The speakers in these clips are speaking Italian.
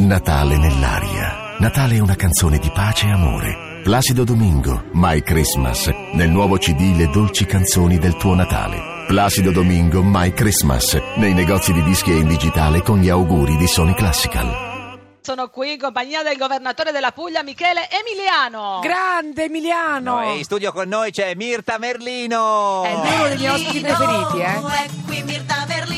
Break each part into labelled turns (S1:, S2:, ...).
S1: Natale nell'aria. Natale è una canzone di pace e amore. Placido Domingo, My Christmas, nel nuovo CD Le dolci canzoni del tuo Natale. Placido Domingo, My Christmas, nei negozi di dischi e in digitale con gli auguri di Sony Classical.
S2: Sono qui in compagnia del governatore della Puglia, Michele Emiliano.
S3: Grande Emiliano!
S4: No, e in studio con noi c'è Mirta Merlino,
S3: È uno dei miei ospiti preferiti, eh.
S5: È qui Mirta Berlino.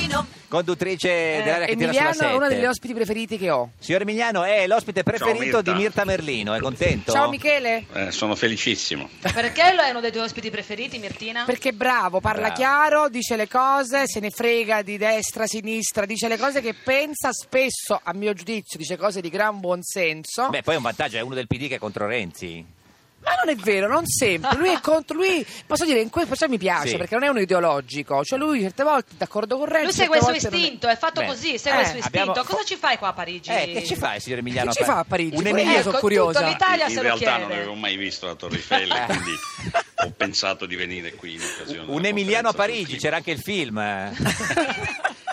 S4: conduttrice dell'area che tira sulla
S3: Emiliano è uno degli
S4: 7.
S3: ospiti preferiti che ho.
S4: Signor Emiliano è l'ospite preferito
S6: Mirta.
S4: di Mirta Merlino, è contento?
S3: Ciao Michele,
S6: Eh, sono felicissimo.
S2: Perché lo è uno dei tuoi ospiti preferiti, Mirtina?
S3: perché è bravo, parla
S4: Bravo.
S3: chiaro, dice le cose, se ne frega di destra, sinistra, dice le cose che pensa spesso, a mio giudizio, dice cose di gran buonsenso.
S4: Beh, poi è un vantaggio, è uno del PD che è contro Renzi.
S3: Ma non è vero, non sempre. Lui è contro lui, posso dire, in questo mi piace
S4: Sì.
S3: perché non è uno ideologico, cioè lui certe volte è d'accordo con Renzi.
S2: Lui segue il suo
S3: certe volte non è.
S2: istinto, è fatto
S4: Beh.
S2: così, segue il suo
S3: Eh,
S2: istinto.
S4: abbiamo-
S2: Cosa ci fai qua a Parigi?
S4: Eh, che ci fai, signor Emiliano?
S3: Che ci fa a Parigi?
S4: Un
S3: Poi-
S4: Emiliano-
S3: io
S2: Ecco,
S3: sono
S2: tutto
S3: curiosa.
S2: l'Italia
S6: in
S2: se lo
S6: realtà
S2: chiede.
S6: non avevo mai visto la Torre Eiffel, quindi ho pensato di venire qui in occasione.
S4: un
S6: della
S4: Emiliano a Parigi,
S6: conferenza
S4: c'era anche il film.
S6: sul clima.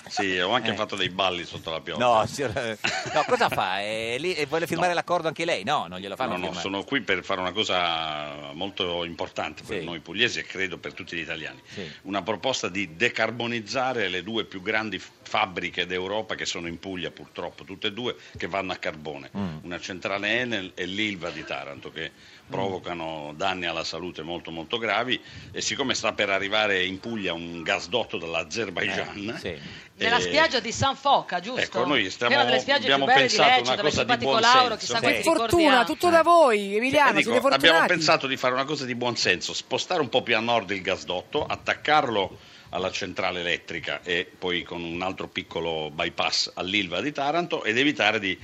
S6: Sì, ho anche
S4: Eh.
S6: fatto dei balli sotto la pioggia.
S4: No, signor- no, cosa fa? È lì- e vuole firmare
S6: No.
S4: l'accordo anche lei? No, non glielo fanno
S6: No, no,
S4: firmare.
S6: sono qui per fare una cosa molto importante per
S4: Sì.
S6: noi pugliesi e credo per tutti gli italiani.
S4: Sì.
S6: Una proposta di decarbonizzare le due più grandi f- fabbriche d'Europa che sono in Puglia purtroppo, tutte e due, che vanno a carbone.
S4: Mm.
S6: Una centrale Enel e l'Ilva di Taranto che provocano danni alla salute molto molto gravi e siccome sta per arrivare in Puglia un gasdotto dall'Azerbaigian...
S4: Eh, sì.
S2: Nella
S6: eh,
S2: spiaggia di San Foca, giusto?
S6: Ecco, noi stiamo-
S2: Che è una delle spiagge più
S6: abbiamo
S2: belle di
S6: pensato
S2: Lecce,
S6: una
S2: dove è
S6: cosa di
S2: simpatico
S6: buon
S2: Lauro,
S6: senso.
S2: chissà
S4: Sì.
S2: quanti
S3: Che
S2: ricordi
S3: fortuna,
S2: ha.
S3: tutto da voi, Emiliano,
S6: Eh, dico,
S3: siete fortunati.
S6: abbiamo pensato di fare una cosa di buon senso, spostare un po' più a nord il gasdotto, attaccarlo alla centrale elettrica e poi con un altro piccolo bypass all'Ilva di Taranto ed evitare di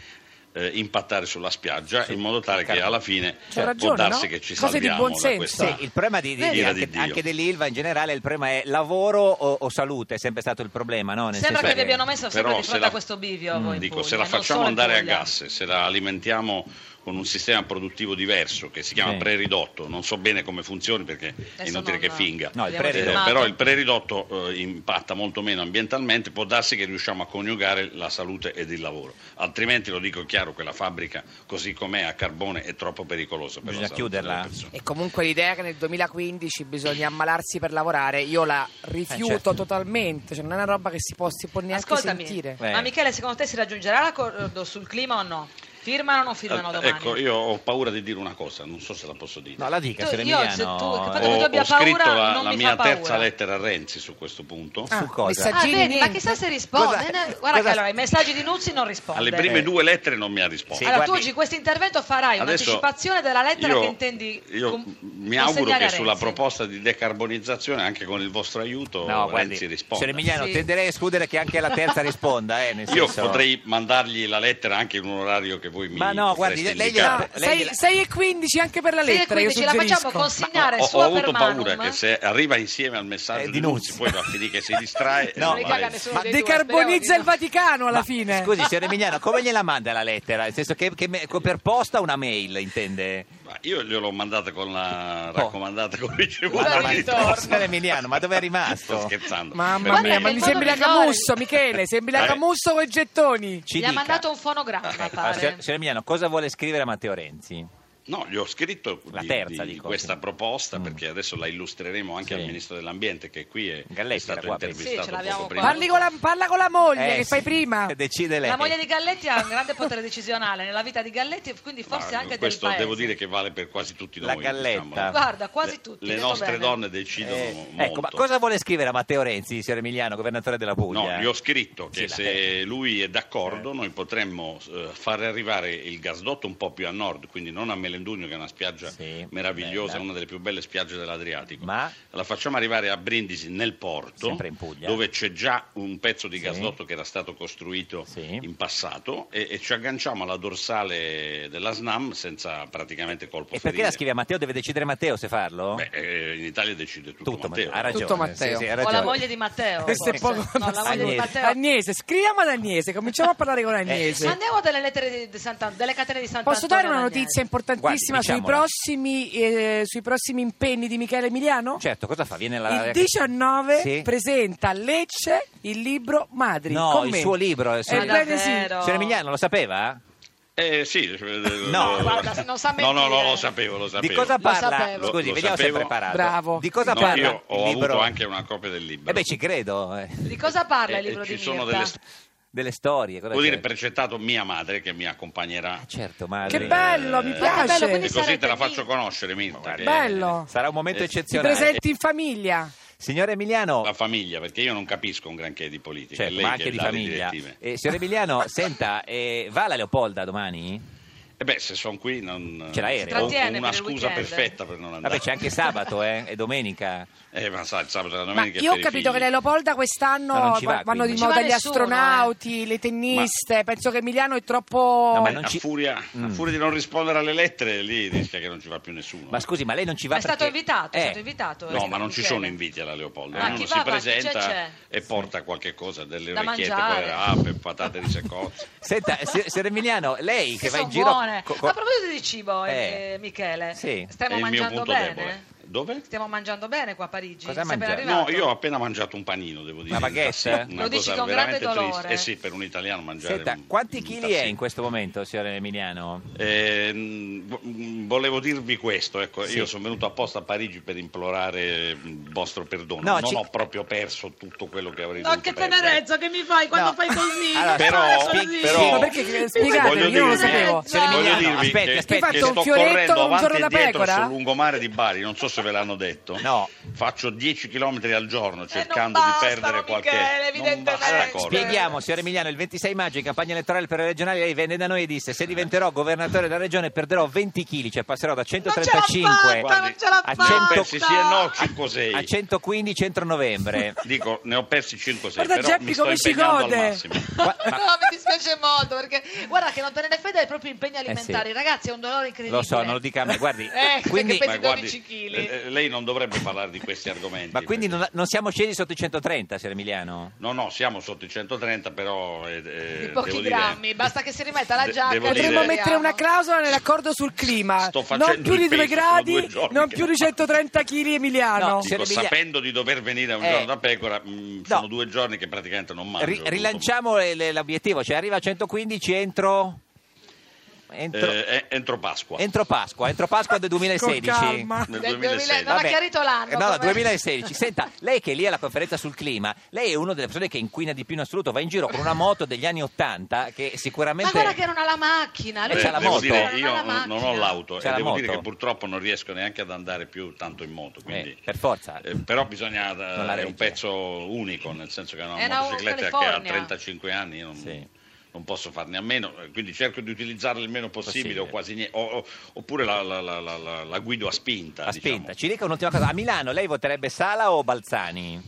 S6: eh, impattare sulla spiaggia
S4: Sì,
S6: in modo tale che
S4: certo.
S6: alla fine
S3: C'è
S6: può
S3: ragione,
S6: darsi
S3: no?
S6: che ci
S3: Cose di
S6: salviamo
S3: buon
S6: da
S3: senso.
S6: questa...
S4: Sì, il problema di- di-
S6: Vedi?
S4: di-
S6: Ira
S4: anche,
S6: di Dio.
S4: anche dell'ILVA in generale, il problema è lavoro o, o salute, è sempre stato il problema, no? Nel
S2: Sembra
S4: senso
S2: che vi abbiano messo sempre
S6: però
S2: di
S6: se
S2: fronte
S6: la- Mm,
S2: a questo bivio. voi in
S6: Dico,
S2: Puglia,
S6: se la
S2: non
S6: facciamo
S2: solo in
S6: andare a
S2: Puglia.
S6: gas, e se la alimentiamo con un sistema produttivo diverso che si chiama
S4: Sì.
S6: preridotto, non so bene come funzioni perché è
S2: Adesso
S6: inutile
S2: non-
S6: che finga.
S4: No, il
S2: abbiamo
S6: Eh,
S4: preridotto.
S2: firmato.
S6: però il preridotto eh, impatta molto meno ambientalmente, può darsi che riusciamo a coniugare la salute ed il lavoro, altrimenti lo dico chiaro, quella fabbrica così com'è a carbone è troppo pericolosa per
S4: Bisogna
S6: la salute delle
S4: chiuderla.
S6: persone.
S3: E comunque l'idea che nel 2015 bisogna ammalarsi per lavorare, io la rifiuto
S4: Eh, certo.
S3: totalmente, cioè non è una roba che si può, si può neanche
S2: Ascoltami,
S3: sentire.
S4: Eh.
S2: ma Michele, secondo te si raggiungerà l'accordo sul clima o no? Firmano o non firmano
S6: Eh,
S2: domani?
S6: ecco, io ho paura di dire una cosa, non so se la posso dire.
S4: No, la dica,
S2: Tu-
S4: signor
S2: io,
S4: Emiliano. eh,
S2: se tu- che
S6: ho,
S2: fatto che tu abbia
S6: ho scritto
S2: paura,
S6: la,
S2: non
S6: la
S2: mi
S6: mia
S2: fa
S6: terza
S2: paura.
S6: lettera a Renzi su questo punto.
S3: Ah,
S4: Su cosa?
S2: Ah,
S3: messaggini,
S2: vedi, ma
S3: niente.
S2: chissà se risponde.
S4: Cosa-
S2: Ne- Guarda
S4: cosa-
S2: che allora i messaggi di Nuzzi non risponde.
S6: Alle prime due lettere non mi ha
S4: Sì,
S6: risposto.
S2: allora tu
S4: guardi-
S2: oggi questo intervento farai
S6: Adesso
S2: un'anticipazione della lettera
S6: io-
S2: che intendi
S6: io
S2: con-
S6: mi auguro
S2: consegnare a
S6: che sulla
S2: Renzi.
S6: proposta di decarbonizzazione anche con il vostro aiuto
S4: No, guardi,
S6: Renzi risponda
S4: signor Emiliano,
S2: Sì.
S4: tenderei a escludere che anche la terza risponda. Eh, nel
S6: io
S4: senso-
S6: potrei mandargli la lettera anche in un orario che voi mi
S4: Ma no, guardi,
S6: potreste
S4: lei
S6: indicare.
S4: gliela-
S3: No, sei-
S4: gliela-
S3: 6 e 15 anche per la
S2: Sì,
S3: lettera,
S2: quindi
S3: io
S2: ce la facciamo
S3: suggerisco.
S2: consegnare
S6: ho, ho
S2: sua per
S6: avuto paura
S2: manum.
S6: che se arriva insieme al messaggio
S4: Eh, di
S6: di Nuzzi
S4: Nuzzi.
S6: poi va a finire che si distrae
S4: No,
S6: e non
S2: Non
S4: ma-
S6: la
S2: ricaga
S6: legge.
S2: nessuno
S3: Ma
S2: dei due,
S3: decarbonizza il
S2: speriamo di
S3: Vaticano alla
S4: Ma,
S3: fine.
S4: Scusi, signor Emiliano, come gliela manda la lettera? Nel senso che, che me- co- per posta o una mail, intende?
S6: Ma io gliel'ho mandata con la
S4: Oh.
S6: raccomandata con ricevuta
S2: Guarda,
S6: di
S2: ritorno.
S6: risposta.
S4: Signor Emiliano, ma dov'è rimasto?
S6: sto scherzando
S3: Mamma
S2: Guarda
S6: Veramente.
S3: mia, ma
S2: che
S3: mi
S2: modo
S3: sembri la
S2: migliore.
S3: Camusso, Michele, sembri la
S6: Eh.
S3: Camusso con i gettoni.
S4: Ci
S2: Gli ha
S4: dica. Ecco,
S2: mandato un
S6: Ah,
S2: fonogramma,
S4: Allora, signor,
S2: pare.
S4: signor Emiliano, cosa vuole scrivere a Matteo Renzi?
S6: No, gli ho scritto
S4: La
S6: di,
S4: terza, dico,
S6: di- di
S4: sì.
S6: questa proposta
S4: Mm.
S6: perché adesso la illustreremo anche
S4: Sì.
S6: al ministro dell'ambiente che qui è,
S4: Galletti
S6: è stato
S4: era qua,
S2: penso. Sì,
S6: intervistato
S2: ce l'abbiamo
S6: poco
S2: qua.
S6: prima.
S3: Parli con la, parla con la moglie,
S4: Eh,
S3: che fai
S4: sì,
S3: prima?
S4: Decide lei.
S2: La moglie di Galletti ha un grande potere decisionale nella vita di Galletti, quindi
S6: Ma
S2: forse anche del
S6: questo
S2: paese.
S6: devo dire che vale per quasi tutti
S4: La
S6: noi.
S4: galletta.
S6: diciamo.
S2: Guarda, quasi
S6: Le-
S2: tutti,
S6: Le,
S2: detto
S6: nostre
S2: bene.
S6: donne decidono
S4: Eh,
S6: molto.
S4: ecco, ma cosa vuole scrivere a Matteo Renzi, signor Emiliano, governatore della Puglia?
S6: No, gli ho scritto
S4: Sì,
S6: che
S4: la-
S6: se lui è d'accordo noi potremmo eh, fare arrivare il gasdotto un po' più a nord, quindi non a Melendugno che è una spiaggia
S4: Sì,
S6: meravigliosa,
S4: bella.
S6: una delle più belle spiagge dell'Adriatico.
S4: Ma?
S6: La facciamo arrivare a Brindisi nel porto,
S4: Sempre in Puglia.
S6: dove c'è già un pezzo di
S4: Sì.
S6: gasdotto che era stato costruito
S4: Sì.
S6: in passato e, e ci agganciamo alla dorsale della SNAM senza praticamente
S4: E
S6: colpo
S4: perché
S6: ferire.
S4: la scrivi a Matteo? Deve decidere Matteo se farlo?
S6: Beh, eh, in Italia decide tutto,
S4: Tutto
S6: Matteo.
S4: Matteo. Ha ragione.
S3: Tutto Matteo.
S4: Sì, sì, ha
S2: o la
S4: ragione.
S2: moglie di Matteo.
S3: Questo è
S2: forse.
S3: poco-
S2: No, la moglie di
S4: Agnese.
S2: Matteo.
S3: Agnese, scriviamo ad Agnese, cominciamo a parlare con
S4: Eh,
S3: Agnese.
S2: Mandiamo delle lettere di- di Santa- delle catene di Sant'Antonio.
S3: Posso dare una
S2: ad Agnese?
S3: notizia importantissima
S4: Guardi,
S3: sui,
S4: diciamola.
S3: prossimi, eh, sui prossimi impegni di Michele Emiliano?
S4: Certo, cosa fa? Viene la...
S3: Il 19
S4: Sì?
S3: presenta a Lecce il libro Madri.
S4: No,
S3: con
S4: il
S3: me.
S4: suo libro, eh, il suo-
S2: Ma
S3: Ebbene sì.
S2: davvero?
S4: Signor Emiliano, lo sapeva?
S6: Eh sì, eh,
S4: No,
S6: eh,
S2: guarda, se non sa
S6: No, no, no,
S2: mentire.
S6: lo sapevo, lo
S4: Di
S6: sapevo.
S4: cosa
S2: Lo
S4: parla?
S2: sapevo.
S4: Scusi,
S6: Lo
S4: vediamo se è
S6: sapevo.
S4: preparato.
S3: Bravo.
S4: Di cosa
S6: No,
S4: parla?
S6: io ho
S4: il libro?
S6: avuto anche una copia del libro.
S4: Eh beh, ci credo. eh.
S2: Di cosa parla il
S6: Eh,
S2: libro
S6: ci
S2: di
S6: sono
S2: Mirta?
S6: delle st-
S4: Delle storie. cosa
S6: Vuol
S4: c'è?
S6: dire precettato mia madre che mi accompagnerà.
S4: Ah, certo, ma...
S3: Che bello, mi
S2: Ma che
S6: Eh,
S2: bello,
S3: piace.
S2: quindi
S6: E
S3: Ti
S6: così
S2: sarete
S6: te la
S2: lì.
S6: faccio conoscere, Mirta. che-
S3: Bello.
S4: Sarà un momento
S6: Eh,
S4: eccezionale.
S3: presenti in famiglia.
S4: Signore Emiliano...
S6: La famiglia, perché io non capisco un granché di politica.
S4: Certo,
S6: è lei
S4: ma
S6: che
S4: anche di
S6: dà le
S4: famiglia.
S6: direttive.
S4: Eh, signor Emiliano, senta, eh, va alla Leopolda domani?
S6: E Eh beh, se sono qui non...
S4: C'è l'aereo. Si
S6: Ho- Ho
S2: trattiene
S6: una
S2: per il
S6: scusa
S2: weekend.
S6: perfetta per non andare.
S4: Vabbè, c'è anche sabato eh, e domenica.
S6: Eh, ma sai, il sabato e la
S3: Ma
S6: domenica è
S3: io ho
S6: per i
S3: capito che
S6: figli.
S3: la Leopolda quest'anno
S4: No, non ci va,
S3: va- vanno
S4: quindi.
S2: Non
S3: di
S2: ci
S3: moda
S2: va
S3: gli
S2: nessuno,
S3: astronauti, le tenniste. Penso che Emiliano è troppo.
S4: No, ma
S6: Eh,
S4: non
S6: a,
S4: ci-
S6: furia, a
S4: Mm.
S6: furia di non rispondere alle lettere, lì rischia che non ci va più nessuno.
S2: Esatto,
S4: Ma scusi, ma lei non ci va
S2: Ma è stato
S4: perché-
S2: invitato, è
S4: Eh,
S2: stato invitato.
S6: No, ma non ci sono
S2: invitati
S6: inviti alla Leopolda.
S2: esatto, Ah, chi
S6: Uno
S2: va,
S6: si
S2: va, chi c'è,
S6: presenta
S2: c'è.
S6: e porta qualche cosa, delle
S2: Da
S6: orecchiette con
S2: mangiare.
S6: le rape, patate di secozza.
S4: Senta, si- signor Emiliano, lei che,
S2: Che
S4: va
S2: sono
S4: in giro...
S2: buone.
S4: co- co-
S2: A proposito di cibo, eh,
S4: Eh.
S2: Michele,
S4: Sì.
S6: È
S2: stiamo
S6: il mio
S2: mangiando
S6: punto
S2: bene?
S6: debole. Dove?
S2: Stiamo mangiando bene qua a Parigi?
S4: Cosa
S2: Sei appena
S4: mangiate?
S6: No,
S2: arrivato?
S6: io ho appena mangiato un panino, devo dire.
S4: Una
S6: in
S4: baguette?
S6: tassi, Una
S2: Esatto. Lo dici
S6: cosa
S2: con grande
S6: veramente
S2: dolore.
S6: triste. Eh sì, per un italiano mangiare
S4: Senta,
S6: un-
S4: quanti
S6: un
S4: chili è
S6: tassino.
S4: in questo momento, signor Emiliano?
S6: Eh, mh, vo- mh, volevo dirvi questo, ecco,
S4: Sì.
S6: io sono venuto apposta a Parigi per implorare mh, il vostro perdono.
S4: No,
S6: non
S4: ci-
S6: ho proprio perso tutto quello che avrei
S2: No,
S6: dovuto
S2: che
S6: perdere.
S2: tenerezza che mi fai quando
S4: No.
S2: fai così!
S4: Allora,
S2: Mi
S6: però-
S2: fai così.
S6: però-
S3: Sì, ma perché spiegate,
S6: Voglio
S3: io non lo
S6: dirvi,
S3: sapevo.
S2: eh,
S4: Signor
S6: Voglio
S4: Emiliano,
S6: dirvi
S4: aspetti,
S6: che,
S4: aspetti.
S6: che
S3: Hai fatto
S6: sto
S3: un fioretto
S6: correndo
S3: con un
S6: avanti
S3: giorno
S6: e
S3: da
S6: dietro
S3: pecora?
S6: sul lungomare di Bari, non so se ve l'hanno detto.
S4: No.
S6: Faccio 10 km al giorno cercando
S2: Eh, non
S6: di
S2: bastano,
S6: perdere qualche
S2: Michele,
S6: non basta
S2: evidentemente.
S6: correre.
S4: Spieghiamo, signor Emiliano, il 26 maggio in campagna elettorale per le regionali lei venne da noi e disse se diventerò governatore della regione perderò 20 kg, cioè passerò da
S2: Non ce l'ho
S4: 135
S2: fatta, non ce l'ho
S4: Eh, a
S2: fatta.
S6: Ne ho
S4: 100
S6: persi sì e no 5
S4: a
S6: 6.
S4: 115 entro novembre.
S6: Dico, ne ho persi 5 6,
S3: Guarda
S6: però
S3: Geppi
S6: mi sto
S3: come ci
S6: impegnando al
S3: gode.
S6: massimo.
S4: Qua- ma-
S2: No, mi dispiace molto perché guarda che non tenere fede è il proprio
S3: Eh,
S2: impegno
S4: sì.
S2: alimentare, ragazzi, è un dolore incredibile.
S4: Lo so, non lo dica a me, guardi.
S2: Eh,
S4: quindi,
S2: perché
S6: Ma
S2: pesi
S6: guardi,
S2: 12 chili.
S6: eh, eh, lei non dovrebbe parlare di questi argomenti.
S4: ma quindi
S6: perché-
S4: non, non siamo scesi sotto i 130, signor Emiliano?
S6: No, no, siamo sotto i 130, però eh, eh,
S2: Di
S6: devo
S2: pochi
S6: dire-
S2: grammi, basta che si rimetta la
S6: de-
S2: giacca.
S6: devo
S2: ci
S6: dire-
S3: Potremmo
S6: Volevo
S3: mettere una
S2: proviamo.
S3: clausola nell'accordo sul clima.
S6: Sto facendo
S3: Non più di
S6: il
S3: 2
S6: peso, sono
S3: gradi,
S6: due giorni
S3: non
S6: che
S3: più
S6: lo
S3: di 130 kg Emiliano.
S4: No,
S6: Dico,
S4: Signor Emiliano-
S6: sapendo di dover venire un
S4: Eh.
S6: giorno da pecora, mh, sono
S4: No.
S6: due giorni che praticamente non mangio.
S4: Ri-
S6: ho
S4: rilanciamo le- le- l'obiettivo, cioè arriva a 115 entro...
S6: dovuto-
S4: Entro,
S6: Eh, eh, entro Pasqua.
S4: entro Pasqua, entro Pasqua del 2016.
S3: Con calma.
S6: nel
S2: Del
S6: 2016.
S2: 2000, no, Non ha chiarito l'anno,
S4: Eh, No, no,
S2: come-
S4: 2016. Senta, lei che è lì alla conferenza sul clima, lei è una delle persone che inquina di più in assoluto, va in giro con una moto degli anni 80 che
S2: Ma
S4: sicuramente...
S2: guarda che non ha la macchina, lui
S4: Eh, c'ha la
S2: dice
S6: devo
S4: moto.
S2: che non
S6: dire, io
S2: ha la
S6: non non ho
S2: macchina.
S6: l'auto
S4: C'è
S6: e
S4: la
S6: devo dire
S4: moto.
S6: che purtroppo non riesco neanche ad andare più tanto in moto. Quindi,
S4: Eh, per forza.
S6: eh, però bisogna
S4: Non la
S6: è un
S4: regge.
S6: pezzo unico, nel senso che è una
S2: È una
S6: motocicletta che ha
S2: California.
S6: 35 anni, io non,
S4: Sì.
S6: non posso farne a meno, eh, quindi cerco di utilizzarla il meno possibile, o
S4: Possibile.
S6: quasi niente, o- o- oppure la, la- la- la- la- la guido a spinta.
S4: A
S6: diciamo.
S4: spinta. Ci dica un'ultima cosa. A Milano lei voterebbe Sala o Balzani?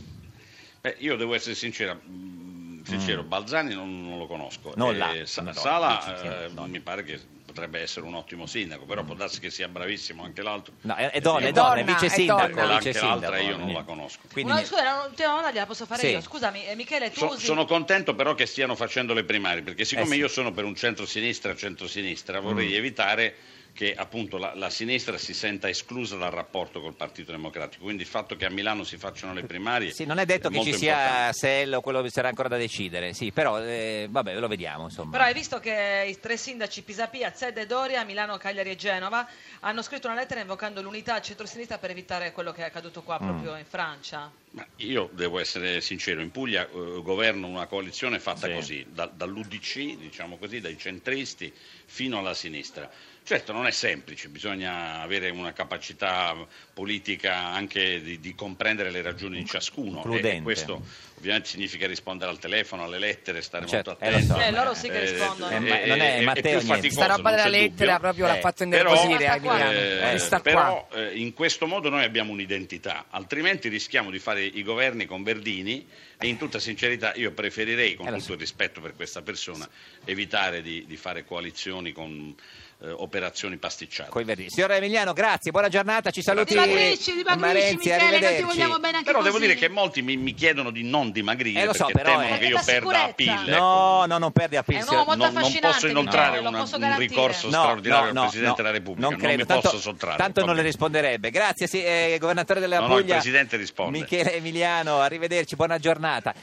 S6: Beh, Eh, io devo essere sincera, mh, sincero, Balzani non, non lo conosco.
S4: Mm. Non
S6: Eh,
S4: la-
S6: Sa-
S4: no, no,
S6: Sala
S4: dici, sì,
S6: eh,
S4: no.
S6: mi pare che potrebbe essere un ottimo sindaco, però può darsi che sia bravissimo anche l'altro.
S4: Mm. No, è, è donna,
S6: Eh,
S4: è donna, è
S3: donna,
S4: vice
S3: è
S4: sindaco.
S3: donna.
S6: Anche
S4: vice
S6: l'altra
S4: sindaco,
S6: io non
S4: quindi-
S6: la conosco.
S4: Quindi
S2: Una,
S4: mi-
S2: scusa, era un'ultima domanda gliela posso fare
S4: Sì.
S2: io. Scusami, eh, Michele, tu
S6: So-
S2: usi-
S6: sono contento però che stiano facendo le primarie, perché siccome
S4: Eh sì. Mm.
S6: io sono per un centro-sinistra, centro-sinistra, vorrei evitare che appunto la, la sinistra si senta esclusa dal rapporto col Partito Democratico. Quindi il fatto che a Milano si facciano le primarie...
S4: Sì, non è detto che
S6: molto
S4: ci sia
S6: importante.
S4: Sell o quello che sarà ancora da decidere. Sì, però eh, vabbè, lo vediamo insomma.
S2: Però hai visto che i tre sindaci Pisapia, Zed e Doria, Milano, Cagliari e Genova hanno scritto una lettera invocando l'unità al centro-sinistra per evitare quello che è accaduto qua proprio in Francia.
S6: Ma io devo essere sincero, in Puglia eh, governo una coalizione fatta
S4: Sì.
S6: così, da- dall'Udc, diciamo così, dai centristi fino alla sinistra. Certo non è semplice, bisogna avere una capacità politica anche di, di comprendere le ragioni di ciascuno e,
S4: Includente.
S6: e questo ovviamente significa rispondere al telefono, alle lettere, stare
S4: Certo,
S6: molto
S4: eh, lo
S6: attenti.
S3: Cioè,
S4: so. Eh,
S2: loro sì che rispondono.
S4: Eh, ma- non è Matteo
S6: più
S4: niente.
S6: faticoso,
S3: Sta roba
S6: non
S3: della
S6: c'è
S3: lettera
S6: dubbio.
S3: proprio
S4: Eh,
S3: l'ha fatto
S6: Però,
S3: innervosire
S2: Basta
S3: a Milano.
S6: eh,
S3: Eh, sta
S6: però,
S3: qua.
S6: eh, in questo modo noi abbiamo un'identità, altrimenti rischiamo di fare i governi con Verdini e in tutta sincerità io preferirei, con
S4: Eh, lo
S6: tutto
S4: so.
S6: il rispetto per questa persona, evitare di, di fare coalizioni con eh, operazioni pasticciate.
S4: Coi verdi. Signor Emiliano, grazie, buona giornata, ci saluti.
S2: Dimagrisci, dimagrisci, Michele,
S4: Marenzi,
S2: noi ti
S4: arrivederci.
S2: vogliamo bene anche
S6: Però devo
S2: così.
S6: dire che molti mi, mi chiedono di non dimagrire
S4: Eh, lo so,
S6: perché
S4: però,
S6: temono
S4: eh.
S6: che io
S2: Perché la
S6: perda a
S2: sicurezza.
S6: pille.
S4: No, no, non perdi a
S2: È un
S4: pensiero.
S2: uomo
S6: Non,
S2: molto
S6: non
S2: affascinante,
S6: posso inoltrare
S2: Michele, lo
S6: una-
S2: posso
S6: un
S2: garantire.
S6: ricorso
S4: No,
S6: straordinario
S4: no,
S6: al
S4: no,
S6: Presidente
S4: no,
S6: della Repubblica,
S4: non,
S6: non,
S4: credo.
S6: mi
S4: tanto,
S6: posso sottrarre.
S4: Tanto
S6: va
S4: non le
S6: bene.
S4: risponderebbe. Grazie, sì, eh, governatore della
S6: No, no, il
S4: Puglia.
S6: Presidente risponde.
S4: Michele Emiliano, arrivederci, buona giornata.